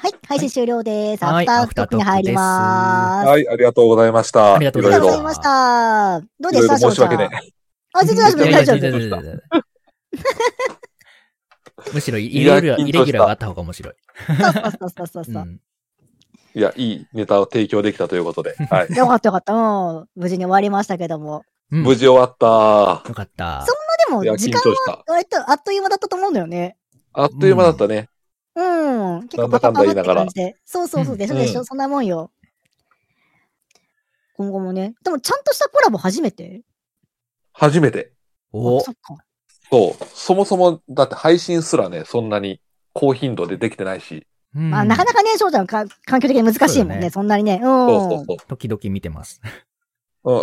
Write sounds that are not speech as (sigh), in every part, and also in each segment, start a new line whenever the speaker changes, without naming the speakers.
はい、配信終了です。
は
アフ
い
ターフトークに入ります。あ
は
はい、ありがとうございました。
ありがと
り
うご
が
ざ
と
いうま
ございま
す
した。どう
い
で
ろい
し
ろ
た
申し訳ね
翔ちゃんあ、全然大丈夫、
いや
大
い
丈
や
夫。
いやいやい
(laughs)
やいやむしろイレギュラー、イレギュラーがあった方が面白い。
そうそうそうそう
う
そう。
ん
いや、いいネタを提供できたということ
(laughs)
で。はい。
よかったよかった。うん。無事に終わりましたけども。
うん
無
よ
事終わった。
かった。
まあ
い
で
や、
も、
緊
時
張
間
した。
割とあっという間だったと思うんだよね。
あっという間だったね。
うん。結構
なんだ
パ
か
パパパっ
んだ言いな
て
がら
感じで。そうそうそう。でしょ
うん
でしょ。そんなもんよ。今後もね。でも、ちゃんとしたコラボ初めて
初めて。
お
あそっか。
そう。そもそも、だって配信すらね、そんなに高頻度でできてないし。
まあ、なかな
か。
かね、翔ちゃんか、環境的に難しいもん
そうだ
ね。
ね
そんなにね。うん。
そうそうそう。
時々見てます。
うん、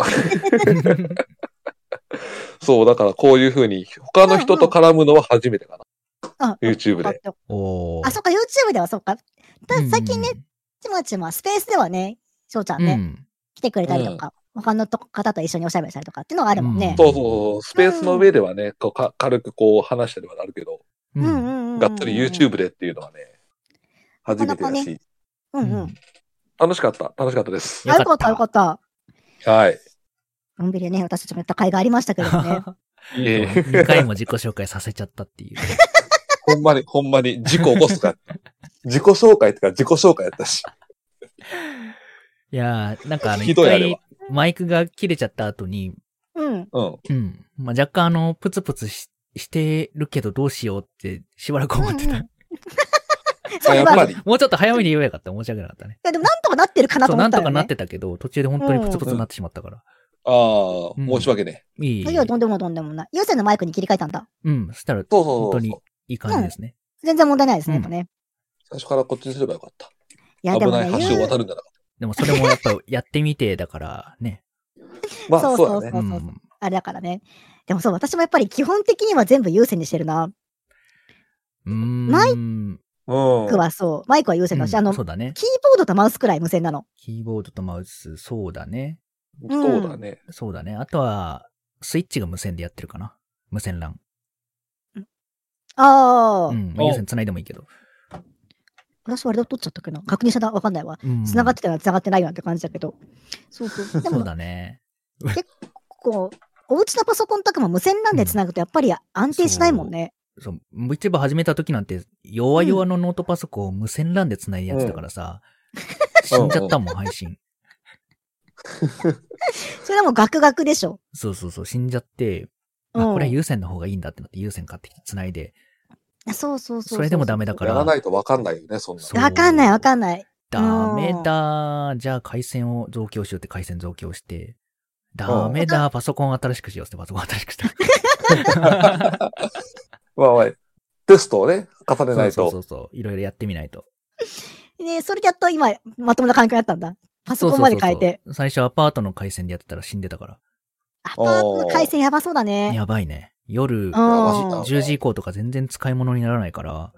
(laughs) そう、だからこういうふうに、他の人と絡むのは初めてか
あ
な。YouTube で。
おー
あ、そっか、YouTube ではそっか。た
うん
最近ね、ちまちまスペースではね、翔ちゃんね、
うん
来てくれたりとか、他のと方と一緒におしゃべりしたりとかっていうのはあるもんね。
そうそうそう。スペースの上ではね、こうか軽くこう話したりはなるけど、
う
うん
ん。
うんうん。
がっつり YouTube でっていうのはね、初めてだ
なかなか
し、
うんうん。
楽しかった。楽しかったです。
あよかった、よかった。
はい。
のんびりね、私たちもやった甲斐がありましたけど
(laughs)
ね。
いえいえ
2回も自己紹介させちゃったっていう。
ほんまに、ほんまに、事故起こす (laughs) か。自己紹介ってか、自己紹介やったし。
いやー、なんかあの、
ひ
一
どいあれは
回、マイクが切れちゃった後に、
うん。
うん。
うん。まあ、若干あの、プツプツししてるけどどうしようって、しばらく思って
うんう (laughs)
た
ん。そ
あ
れ
やっ
は、
ぱ
い
り。
もうちょっと早めに言えばよかった。申し訳なかったね。
やでもなんとかなってるかな
そ
と
う、
思
な
っ
ん
た
と
よ
かなっ
ね。
てたけど、途中で本当にプツプツになってしまったから。
ああ、
うん
申し訳ね。
いい。
いや、とんでもないとんでもない。優先のマイクに切り替えたんだ。
うん、そしたら、
そうそうそうそう
本当にいい感じですね。
全然問題ないですね、
う
やっ
ん
ぱね。
最初からこっちにすればよかった。
いや、で
危
も
な
ね
い、橋を
優
渡るんじゃなかっ
でもそれもやっぱやってみて、だからね。
た。まあ、
そう
そう
そう
だね。
そうそう
うん
あれだからね。でもそう、私もやっぱり基本的には全部優先にしてるな。
うーん。
マイマイク
う
はそう、マイクは優先だし、
うん
あの、キ
そ
ー
うだね。
ボードとマウスくらい無線なの。
キーボードとマウス、そうだね。
ん。
うん
そうだね。
そうだね。あとは、スイッチが無線でやってるかな。無線 LAN。
ああ、
うん。まあ
お
有線繋いでもいいけど。
私割と取っちゃったけど、確認したなわかんないわ。
うん。
繋がってたのは繋がってないよって感じだけど。そうそう。で
そう
も、
だね。
こう、お家のパソコンとかも無線 LAN で繋ぐとやっぱり安定しないもんね。
そう、VTuber 始めた時なんて、弱々のノートパソコンを無線 LAN で繋いでやってたからさ、死んじゃったもん、配信。
それはもうガクガクでしょ。
そうそうそう、死んじゃって、
う
あ、
ん
これは有線の方がいいんだってなって、有線買ってきて繋いで、
そうそうそうう
それでもダメだか
やら
ら
な、いとわかんないよね、そんなの
そう
わかんないわかんない。
ダメだー。じゃあ回線を増強しようって回線増強して、ダメだー。パソコン新しくしようってパソコン新しくした。
まあまあ、テストをね、重ねない
そうそ
と。
うそう。いろいろやってみないと。
ねそれでやっと今、まともな環境になったんだ。パソコンまで変えて。
そうそうそう。最初アパートの回線でやってたら死んでたか
アパートの回線やばそうだ
ら。
ね。
やばいね。夜、
うん
ばい
10時以降とか全然使い物にならないから、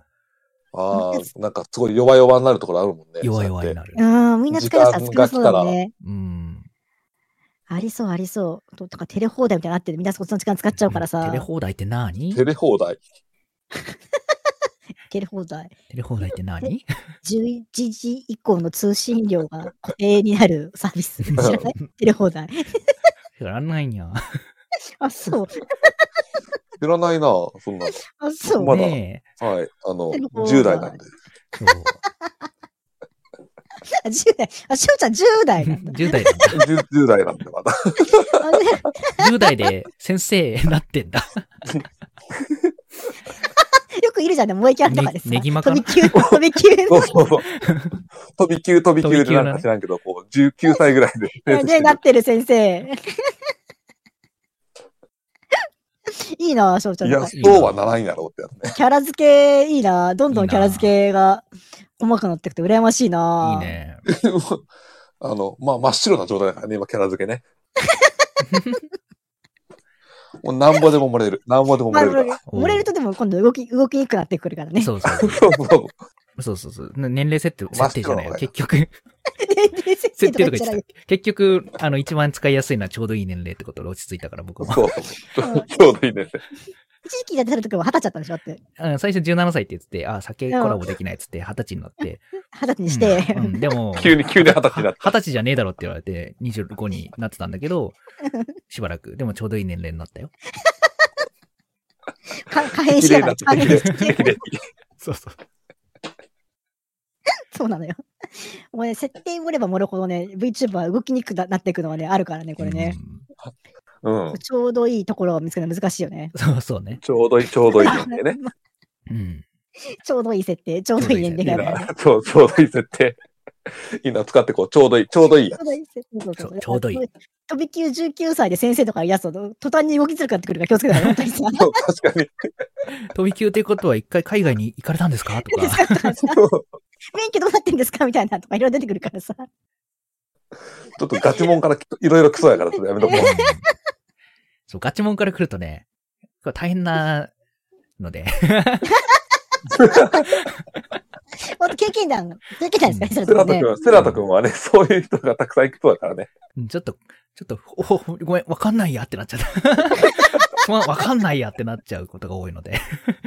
ああ、なんかすごい弱々になるところあるもんね。
弱々に
る。
なる
う。ん、みんな使い出したら少なそうだもんね。
うん。
ありそうありそう。ととかテレ放題みたいになってるみんなそっちの時間使っちゃうからさ。
テレ放題って何
テレ放題。
テレ放題。
テレ放題って何 (laughs)
11時以降の通信料が固定になるサービス。知ら
(laughs)
ないテレ放題。
知らないんや。
あ、そう。
知らないな、そんな
あ、そう。
まだ
ねえ。
の。はい。あの
テレ放、題
10代なんで。
そう。
あ10代。あ、しおちゃん10代なん
(laughs)
だ。
10代なんだ。
10, 10代なんで、まだ。 (laughs)
あのね
10代で先生なってんだ。
よくいるじゃんね、萌えキャラとかです。
ねねぎまか
飛
な
び級、
(laughs)
飛び級
そう
の。
そうそう。飛び級、飛び級でなんか知らんけど、こう、19歳ぐらいで (laughs) 提出して
で、
る。
なってる先生。 (laughs) いいな、翔ちゃん。
い
キ
や、そうはならんやろうってやつね。
ャラ付けいいな。どんど
い
ん
いな
キャラ付けが細かくなってくて羨ましいな。
いい。ね。
(laughs) あの、まあ、真っ白な状態だからね、今、キャラ付け (laughs) ね。もう、なんぼでも漏れる。なんぼでも
ま
漏
あ、漏
れるか
れ
(laughs) ら。
おう
漏れるとでも今度動き、動きにくくなってくるから (laughs) ね。
そうそう
そうそう。
そうそうそう。ね年齢設定、
真っ白
設定じゃないよ。
だね
結局、
で
設
設
定
定
と
と
か
か
言
言っ
っ
て
た。結局、あの、一番使いやすいのはちょうどいい年齢ってことで落ち着いたから僕も。
そうそう。
うん
ちょうどいいね。
一時期やってた時は二十歳だったんでしょだって。
うん、最初17歳って言ってて、あ、酒コラボできないっつって、二十歳になって。
二十歳にして、
うんうんでも、
急に急に二十歳に (laughs) なって
二十歳じゃねえだろって言われて、25になってたんだけど、しばらく。でもちょうどいい年齢になったよ。
(laughs) か可変しやがる。
適齢だって
可変
(laughs) 適齢
そうそう。
そうなのよ。もうね、設定盛れば盛るほどね、VTuber は動きにくくなっていくのはね、あるからね、これね。
うん。
ちょうどいいところを見つけるの難しいよね。
そうそうね。
ちょうどいい、ちょうどい (laughs) い年齢ね。
うん。
ちょうどいい設定、ちょうどいい年
いい
齢がね。
な。そう、 (laughs) ちょうどいい設定。いいな、使ってこう。ちょうどいい、ちょうどいい
ち
や
ょうどいい設定そうそうそう
ちょうどいい。
飛び級19歳で先生とかやつと、途端に動きづらくなってくるから気をつけたら、本当にさ。
つ。そう確かに。
飛び級ってことは一回海外に行かれたんで
(laughs)
すかと
何です
か。
かとかさ免許どうなってんですかみたいなとかいろいろ出てくるからさ。
ちょっとガチモンからきいろいろ来そうやから、それやめとこ
うん
う。
そう、ガチモンから来るとね、これ大変なので。
ほんと経験談、経験談ですかね、そ
セ
れ
ラ
と
ト
ね
君。は、セラト君はね、そういう人がたくさん行くそうだからね。
うんちょっと、ちょっと、おごめん、わかんないやってなっちゃった。 (laughs) すまん、わかんないやってなっちゃうことが多いので。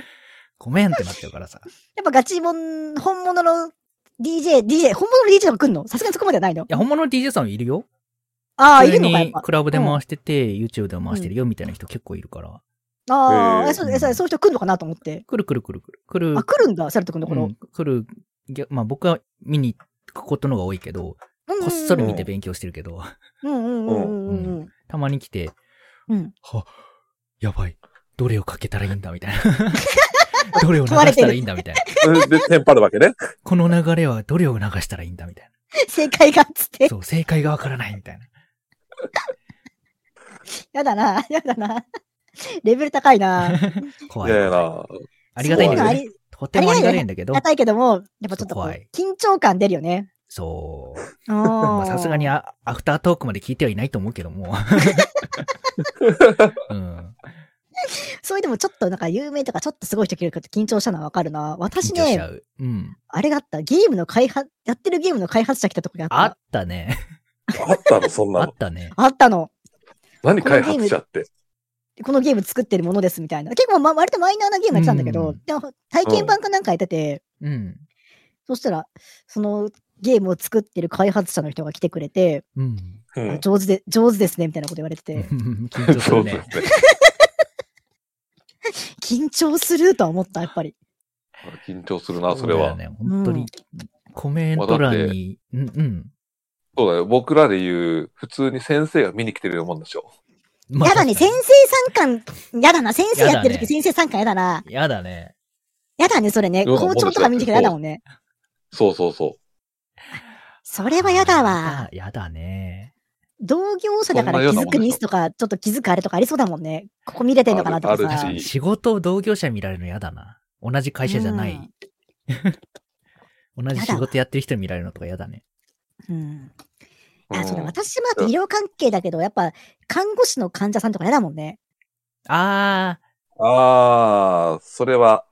(laughs) ごめんってなっちゃうからさ。い
やっぱガチモン、本物の DJ、DJ、本物の DJ が来んのさすがにそこまではないの
や、本物の DJ さんいるよ。
ああ、
普
い
通
るのか、やっ
に
ぱ。
クラブで回してて、YouTube でも回してるよみたいな人結構いるから。
あ
へ
あ、
ー
えそうえそうそういう人来るのかなと思って。
来る来る来る来る。来る
あ、来るんだ、セラト君のところ。
うん来るぎゃまあ僕は見に行くことの方が多いけど、
うんうん
こ
うん
っそり見て勉強してるけど、
うんうんうんうんうん
たまに来て、
うん。うん
は、やばい。どれをかけたらいいんだみたいな。どれを流したらいいんだみたいな。
うんで、テンパるわけね。
この流れはどれを流したらいいんだみたい
正解がっつって
な。。そう、正解がわからないみたいな。
やだな、やだな。レベル高いな。
怖
い
い。
やいやな。
(laughs) ありがたいんだ
そう
け
いうのあ
ど、
り
とてもありがたいんだけど
が、たいけども、やっぱちょっとこう
怖い
緊張感出るよね。
そう。ま
ま
あさすがにアアフタートークまで聞いてはいないと思うけども。うん。
それでもちょっとなんか有名とかちょっとすごい人来るから緊張したのはわかるな。
緊
私
張しちゃ
ね、
う。うん。
あれがあった。ゲームの開発、やってるゲームの開発者来たとこがあ
あ
っ。
ったたね。
あったの、そん
あ
な
っ
の。
たね。
あったの。
何開発者って。
このゲーム作ってるものですみたいな。結構、ま、割とマイナーなゲームやってたんだけど、
うん
でも体験版かなんかやってて、
うん。
そしたら、そのゲームを作ってる開発者の人が来てくれて、
うん。
う
あ
ん。
上手で、上手ですねみたいなこと言われてて、
(laughs) 緊張す
そ
る
うです
ね
ね。。
緊張するとは思った、やっぱり。
緊張するな、それは
うだ。よね。本当に。コメント欄に、うんうん。
そうだよ。僕らで言う、普通に先生が見に来てるようなもんでしょ。
まあ
やだね、
確
先生
か
参観、やだな、先生やってる
やだ
時、
ね
先生参観やだな。
にやだね。
やだね、それね。
うん
校長とか見に来たらやだもんね。
そうそうそう。
それはやだわ。
やだ。やだね。
同業者だから気づくミスとか、ちょっと気づくあれとかありそうだもんね。ここ見れてんのかなとか
ある
さ
あ。るし
仕事を同業者見られるのやだな。同じ会社じゃない。同じ仕事やってる人見られるのとかやだね。
うん。うんあ、そうだ、
うん
私もだって医療関係だけど、やっぱ、看護師の患者さんとかやだもんね。
あ
ああ、それは、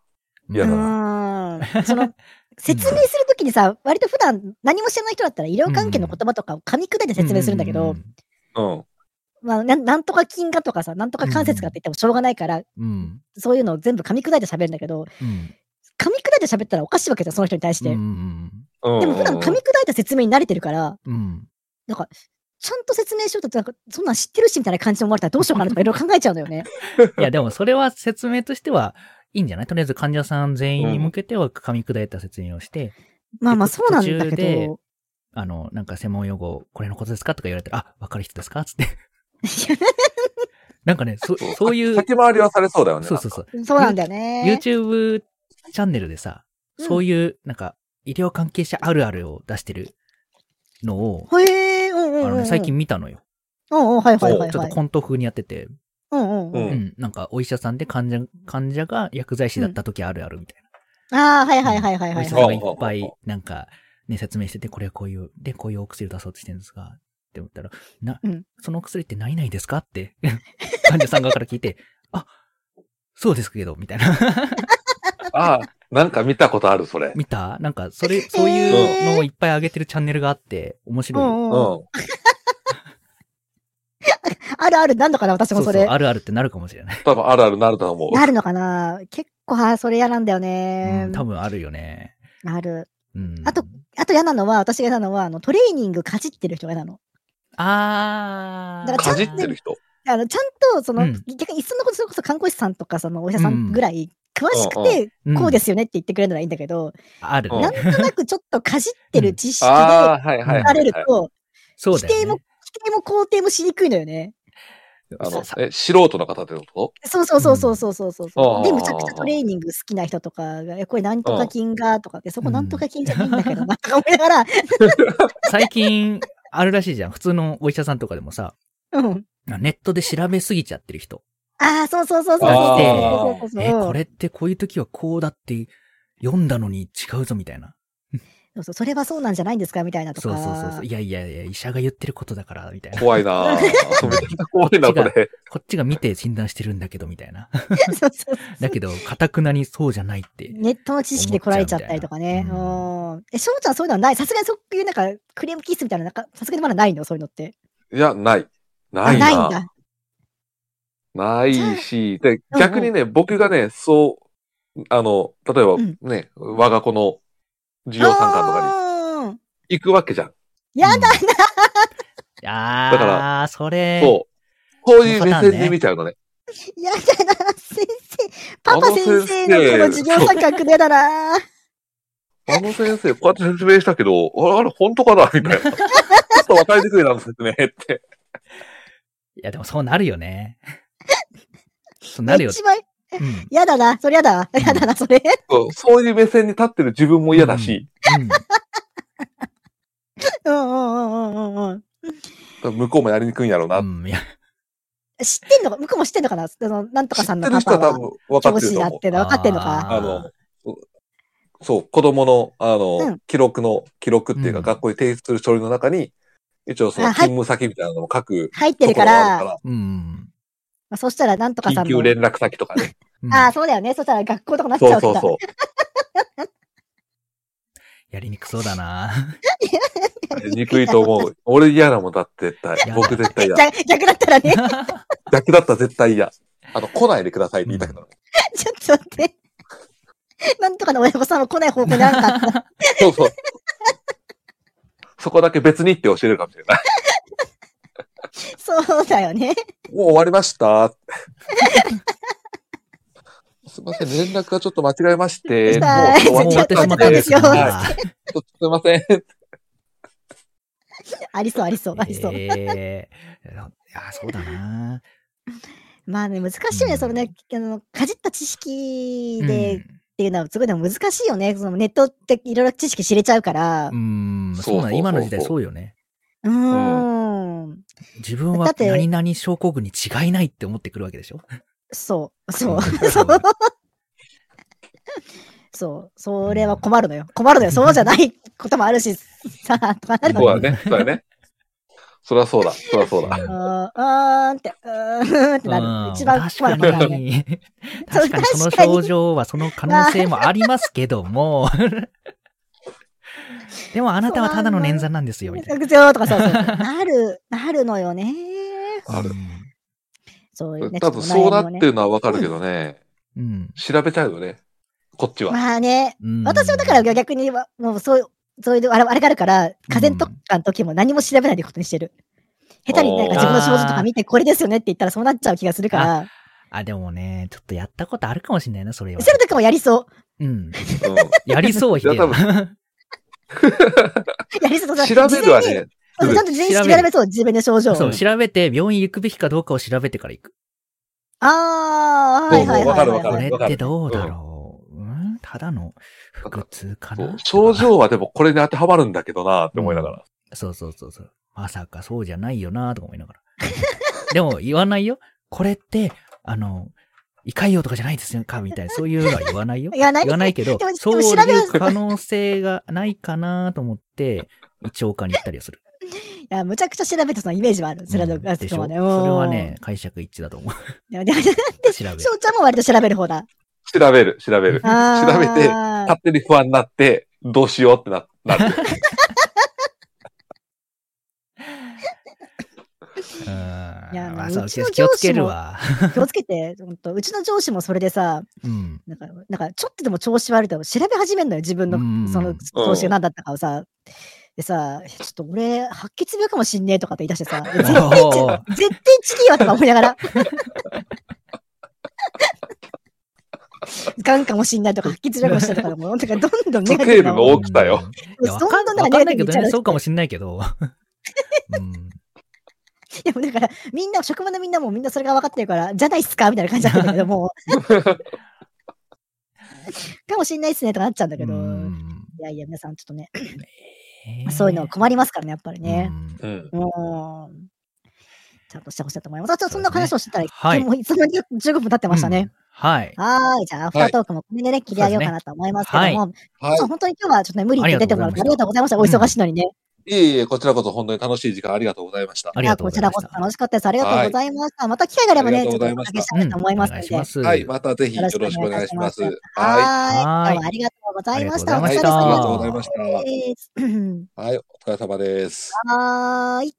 ー。
や
う
だ
うん
ーん。そ
(laughs)
の、説明するときにさ、割と普段何も知らない人だったら医療関係の言葉とかを噛み砕いて説明するんだけど、
うん。
まあ、なんなんとか菌がとかさ、なんとか関節がって言ってもしょうがないから、
うん。うん。
そういうのを全部噛み砕いて喋るんだけど、
うん。
噛み砕いて喋ったらおかしいわけじゃん、その人に対して。
うん。
うん。
でも普段噛み砕いた説明に慣れてるから、
うん。
なんか、ちゃんと説明しようと、なんか、そんなん知ってるしみたいな感じで思われたらどうしようかなとかいろいろ考えちゃうのよね。
いや、でもそれは説明としては、いいんじゃないとりあえず患者さん全員に向けては噛み砕いた説明をして、
(laughs) まあまあそうなんだ
途中
け
で
ど。
あの、なんか専門用語、これのことですかとか言われて、あ、わかる人ですかつって。なんかね、そ、そういう、
先回りはされそうだよね。
そうそうそ
(laughs)
う。
そうなんだよね。
YouTube チャンネルでさ、
うん
そういう、なんか、医療関係者あるあるを出してるのを、
へえ、うんうんうん
あ
うん。
のね、最近見たのよ。
うんうん、はいはいはい
ちょっ
は
と
い。
コント風にやってて、
うんうんう。
う
う
ん
んん、なんか、お医者さんで患者、患者が薬剤師だった時あるあるみたい
ああ、はいはい
な。
はいはいは
お
い
医者
は
さ
い。
んがいっぱい、なんか、ね、説明してて、これはこういう、で、こういうお薬を出そうとしてるんですが、って思ったら、な、
うん
そのお薬って何々ですかって、 (laughs) 患者さん側から聞いて、あ、そうですけど、みたいな。
ああ、なんか見たことある、それ。
見たなんか、それ、そういうのをいっぱい上げてるチャンネルがあって、面
う
白いよ。
ん
う
うん。
ん。
あるあるなんのかな私もそれ。
うそう、あるあるってなるかもしれない。
多分あるあるなると思う。
なるのかな結構、はそれ嫌なんだよね。
うん多分あるよね。
ある。
うん。
あと、あと嫌なのは、私が嫌なのは、あの、トレーニングかじってる人が嫌なの。
あー。
だ
か
らち
じ
ゃん
ってる人。
あの、ちゃんと、その、
うん
逆に、いっそのこと、それこそ看護師さんとか、その、お医者さ
うん
んぐらい、詳しくて、こうですよねって言ってくれるならいいんだけど、
す。ある
うん
なん
ね。
となくちょっとかじってる知識で、
ああ、はいはいはい
聞かれる
はい。
と、
そうだ
否定
よ
も
ね。
否定も肯定もしにくいのよね。
あの
さ、
え、素人の方ってこ
そうそうそうそうそうそうそう
う
そ
ん
う。で、むちゃくちゃトレーニング好きな人とかが、えこれなんとか金がとかって、そこなんとか金じゃないんだけどな、とか思いながら、 (laughs)
最近、あるらしいじゃん。普通のお医者さんとかでもさ、
うん。
ネットで調べすぎちゃってる人。
ああ、そうそうそうそう
あ
そ
ー
うそうそうそう。
え、これってこういう時はこうだって読んだのに違うぞみたいな。
そうそう、それはそうなんじゃないんですかみたいなと
そ
か。
うそ
(laughs)
うそうそう。いやいやいや、医者が言ってることだから、みたいな。
怖いなぁめっちゃ怖いな、これ。
こっちが見て診断してるんだけど、みたいな。
そうそう
だけど、かたくなにそうじゃないって。
ネットの知識で来られちゃったりとかね。
思っちゃうみたいな
うんえ、翔ちゃんそういうのはないさすがにそういうなんかクレームキッスみたいな、なんかさすがにまだないのそういうのって。
いや、ない。な
あ
い
ないん
な。
だ。
ないし、で、
うん
逆にね、僕がね、そう、あの、例えば
うん
ね、我が子の授業参観とか
かに。
に行くわけじゃん。
やだ
あー、
だから
それ。
そう。そういう目線で見ちゃうのね。
やだな、先生。パパ先生の
あの先生
この授業参観くねだな。
あの先生、こうやって説明したけど、あれ、あれ本当かなみたいな。ちょっと分かりにくいな、説明って。
いや、でもそうなるよね。
(laughs)
そうなるよ。
一番
うん。
やだな、それやだわ。
うん
やだな、それ。
そうそういう目線に立ってる自分も嫌だし、
うん。
うんうんうんうんうんうん。
向こうもやりにくいんやろうな。
うん、いや、
知ってんのか向こうも知ってんのかなその、なんと
知
か
っ
さん
て
の
る
パ
人
パ
は多
は
分分か
教
ってる
師
と
や
思
っ
う。
てんの分かってんの
あー
か
あの、そう、子供の、あの、
うん
記録の、記録っていうか、
うん
学校に提出する書類の中に、一応その、
あはい
勤務先みたいなのを書く
入ってる
ところ
か
がある
ら、
か
うん。
まあ、そしたらなんとかさ
ら、
ん
緊急
の。
連絡先と
(laughs)
かね。
うん
ああ、そうだよね。そしたら学校とかなっちゃう
そ
わ
う
け
そ
だ
うそう。
やりにくそうだな。
やりにくいと思う。俺嫌なもんだって絶対
い。や
僕絶対嫌。
じゃ逆だったら
(laughs)
ね、
逆だったら絶対嫌。あと、来ないでくださいって言いたけどね。
ちょっと待って。なんとかの親御さんも来ない方向にあんかった。
そうそう。そこだけ別にって教えるかもしれない。
そうだよね。
もう終わりました。すいません、連絡がちょっと間違えまして。も
は
う
い
(laughs)
終わっ
終
ち
わ
ゃ
っ
ってて
しまっ
しまったた
ん
ん
で
で。
すよ。
はいちょっとすいません。
ありそう、ありそう、ありそう。
えーいや、そうだな。
まあね、難しいよね、
うん
そのね、あの、かじった知識でっ
う
ていうのは、すごいでも難しいよね。そのネットっていろいろ知識知れちゃうから。
ん、うん
そう
そうな
そうそう
の今の時代そうよね。
うーん。
自分
だ
は
って
何々症候群に違いないって思ってくるわけでしょ
そう、そう、
ん
そう、そう、それは困るのよ。困るのよ。そうじゃないこともあるし、さあ、とかなるの
そ
よ。
うだね。そうだね。そりゃそうだ。そりゃそうだ。
うーんって、うーんってな
う
る。
ん
一番
確
困
か
るのがね。
に。確
(laughs)
かにその
確かに
症状はその可能性もありますけども。
(laughs)
でもあなたはただの捻挫なんですよ、みたいな。
学長とかそうそう。なる、なるのよね。
ある。
そういうね。
多分そうなっ
ちょ
てるのはわかるけどね。
うん。
調べちゃうよね。こっち
とお悩みをね
は。
まあね、
うん
私はだから逆には、もうそういう、そういう、あれあれがあるから、風邪とかの時も何も調べないでことにしてる。下手になんか自分の症状とか見て、これですよねって言ったらそうなっちゃう気がするから、
あ、でもね、ちょっとやったことあるかもしれないな、それは。
それとかもやりそう。
うん。
うん
やりそう、ひで
いや多
な
やりそうそう。
調べるはね。
事前に。そうちゃんと全身調べそう、自分で症状を。
そう、調べて、病院行くべきかどうかを調べてから行く。
あー、はいはいはいはい
そうそうわか
こ
るわか
は
る
い。
れってどうだろう。うんただの腹痛か
そう
な
症状はでもこれに当てはまるんだけどなって思いながら。
そうそうそうそう。まさかそうじゃないよなとか思いながら。 (laughs) でも言わないよ。これって、あの、胃潰瘍とかじゃないですよかみたいな、そういうのは言
(laughs)
わないよ。
言わない
言わないけど
でも、で
そう
も
い
調べは
う可能性がないかなと思って、胃腸科に行ったりはする。
いや、むちゃくちゃ調べてそのイメージはある。 (laughs) それは、
うんでしょ
は
それはね、、解釈一致だと思う。
うんでもでも
調べる。
翔ちゃんも割と調べる方だ。
調べる、調べる。
あー
調べて勝手に不安になって、どうしようってななる。
うん。
いやあの
まあ、そうう、
ちの上司も
気をつけるわ。
気をつけて、ほんとうちの上司もそれでさ、
うん。
なんか、なんかちょっとでも調子悪いと調べ始めるのよ、自分の
うん
その調子が何だったかをさ。でさ、ちょっと俺、白血病かもしんねえとかって言い出して
(laughs)
さ、絶対
お
ち
ー、
絶対チキーわとか思いながら。 (laughs) がんかもしんないとか、白血病かもしんないとか、もうなんかどんどん
ち
ネガ
ょっとテ
ティ
ー
ブな方
ルが
向
多くたよ。
いや、わか
そ
ん
んなの
わかんないけ
ネガティ
ど
ブじゃなく
ね、
て
そうかもしんないけ
(laughs)
ど。うん。
でもだから、みんな、職場のみんなもみんなそれが分かってるから、じゃないっすかみたいな感じだったんだけど、
(laughs)
もう。かもしんないっすねとかなっちゃうんだけど、
うん
いやいや、皆さんちょっとね、
えー
そういうの困りますからね、やっぱりね。
うん
うん。
もう、ちゃんとしてほしいと思います。あちょっとそんな
そうです
話
ね
をしてたら、
はい
もういつの間にか15分経ってましたね。
うんはい。
はーい。じゃあ、アフタートークもこれでね、切り上げようかなと思いますけども、
は
はい
そう本当に今日はちょっとね、無理言って出てもらって
あ
あ
り
り
が
がとうございました。お
ございまし
忙
た
しいのにね。
いえいえ、こちらこそ本当に楽しい時間ありがとうございました。
ありがとうございま
こ
し
ちらこ
た
そ。楽しかったです。ありがとうございました。また機会があればね、
あり
ちょ
がと
っと
うご
お
ざいま
か
した
けしたいと思いますので。
うんお願いします。
はい、またぜひよろしくお願いします。は
は。
は
今日はあ
いい
りがとうございました。
ありがとうございました
お疲れ様で
い。はい、お疲れ様です。
す。はーい。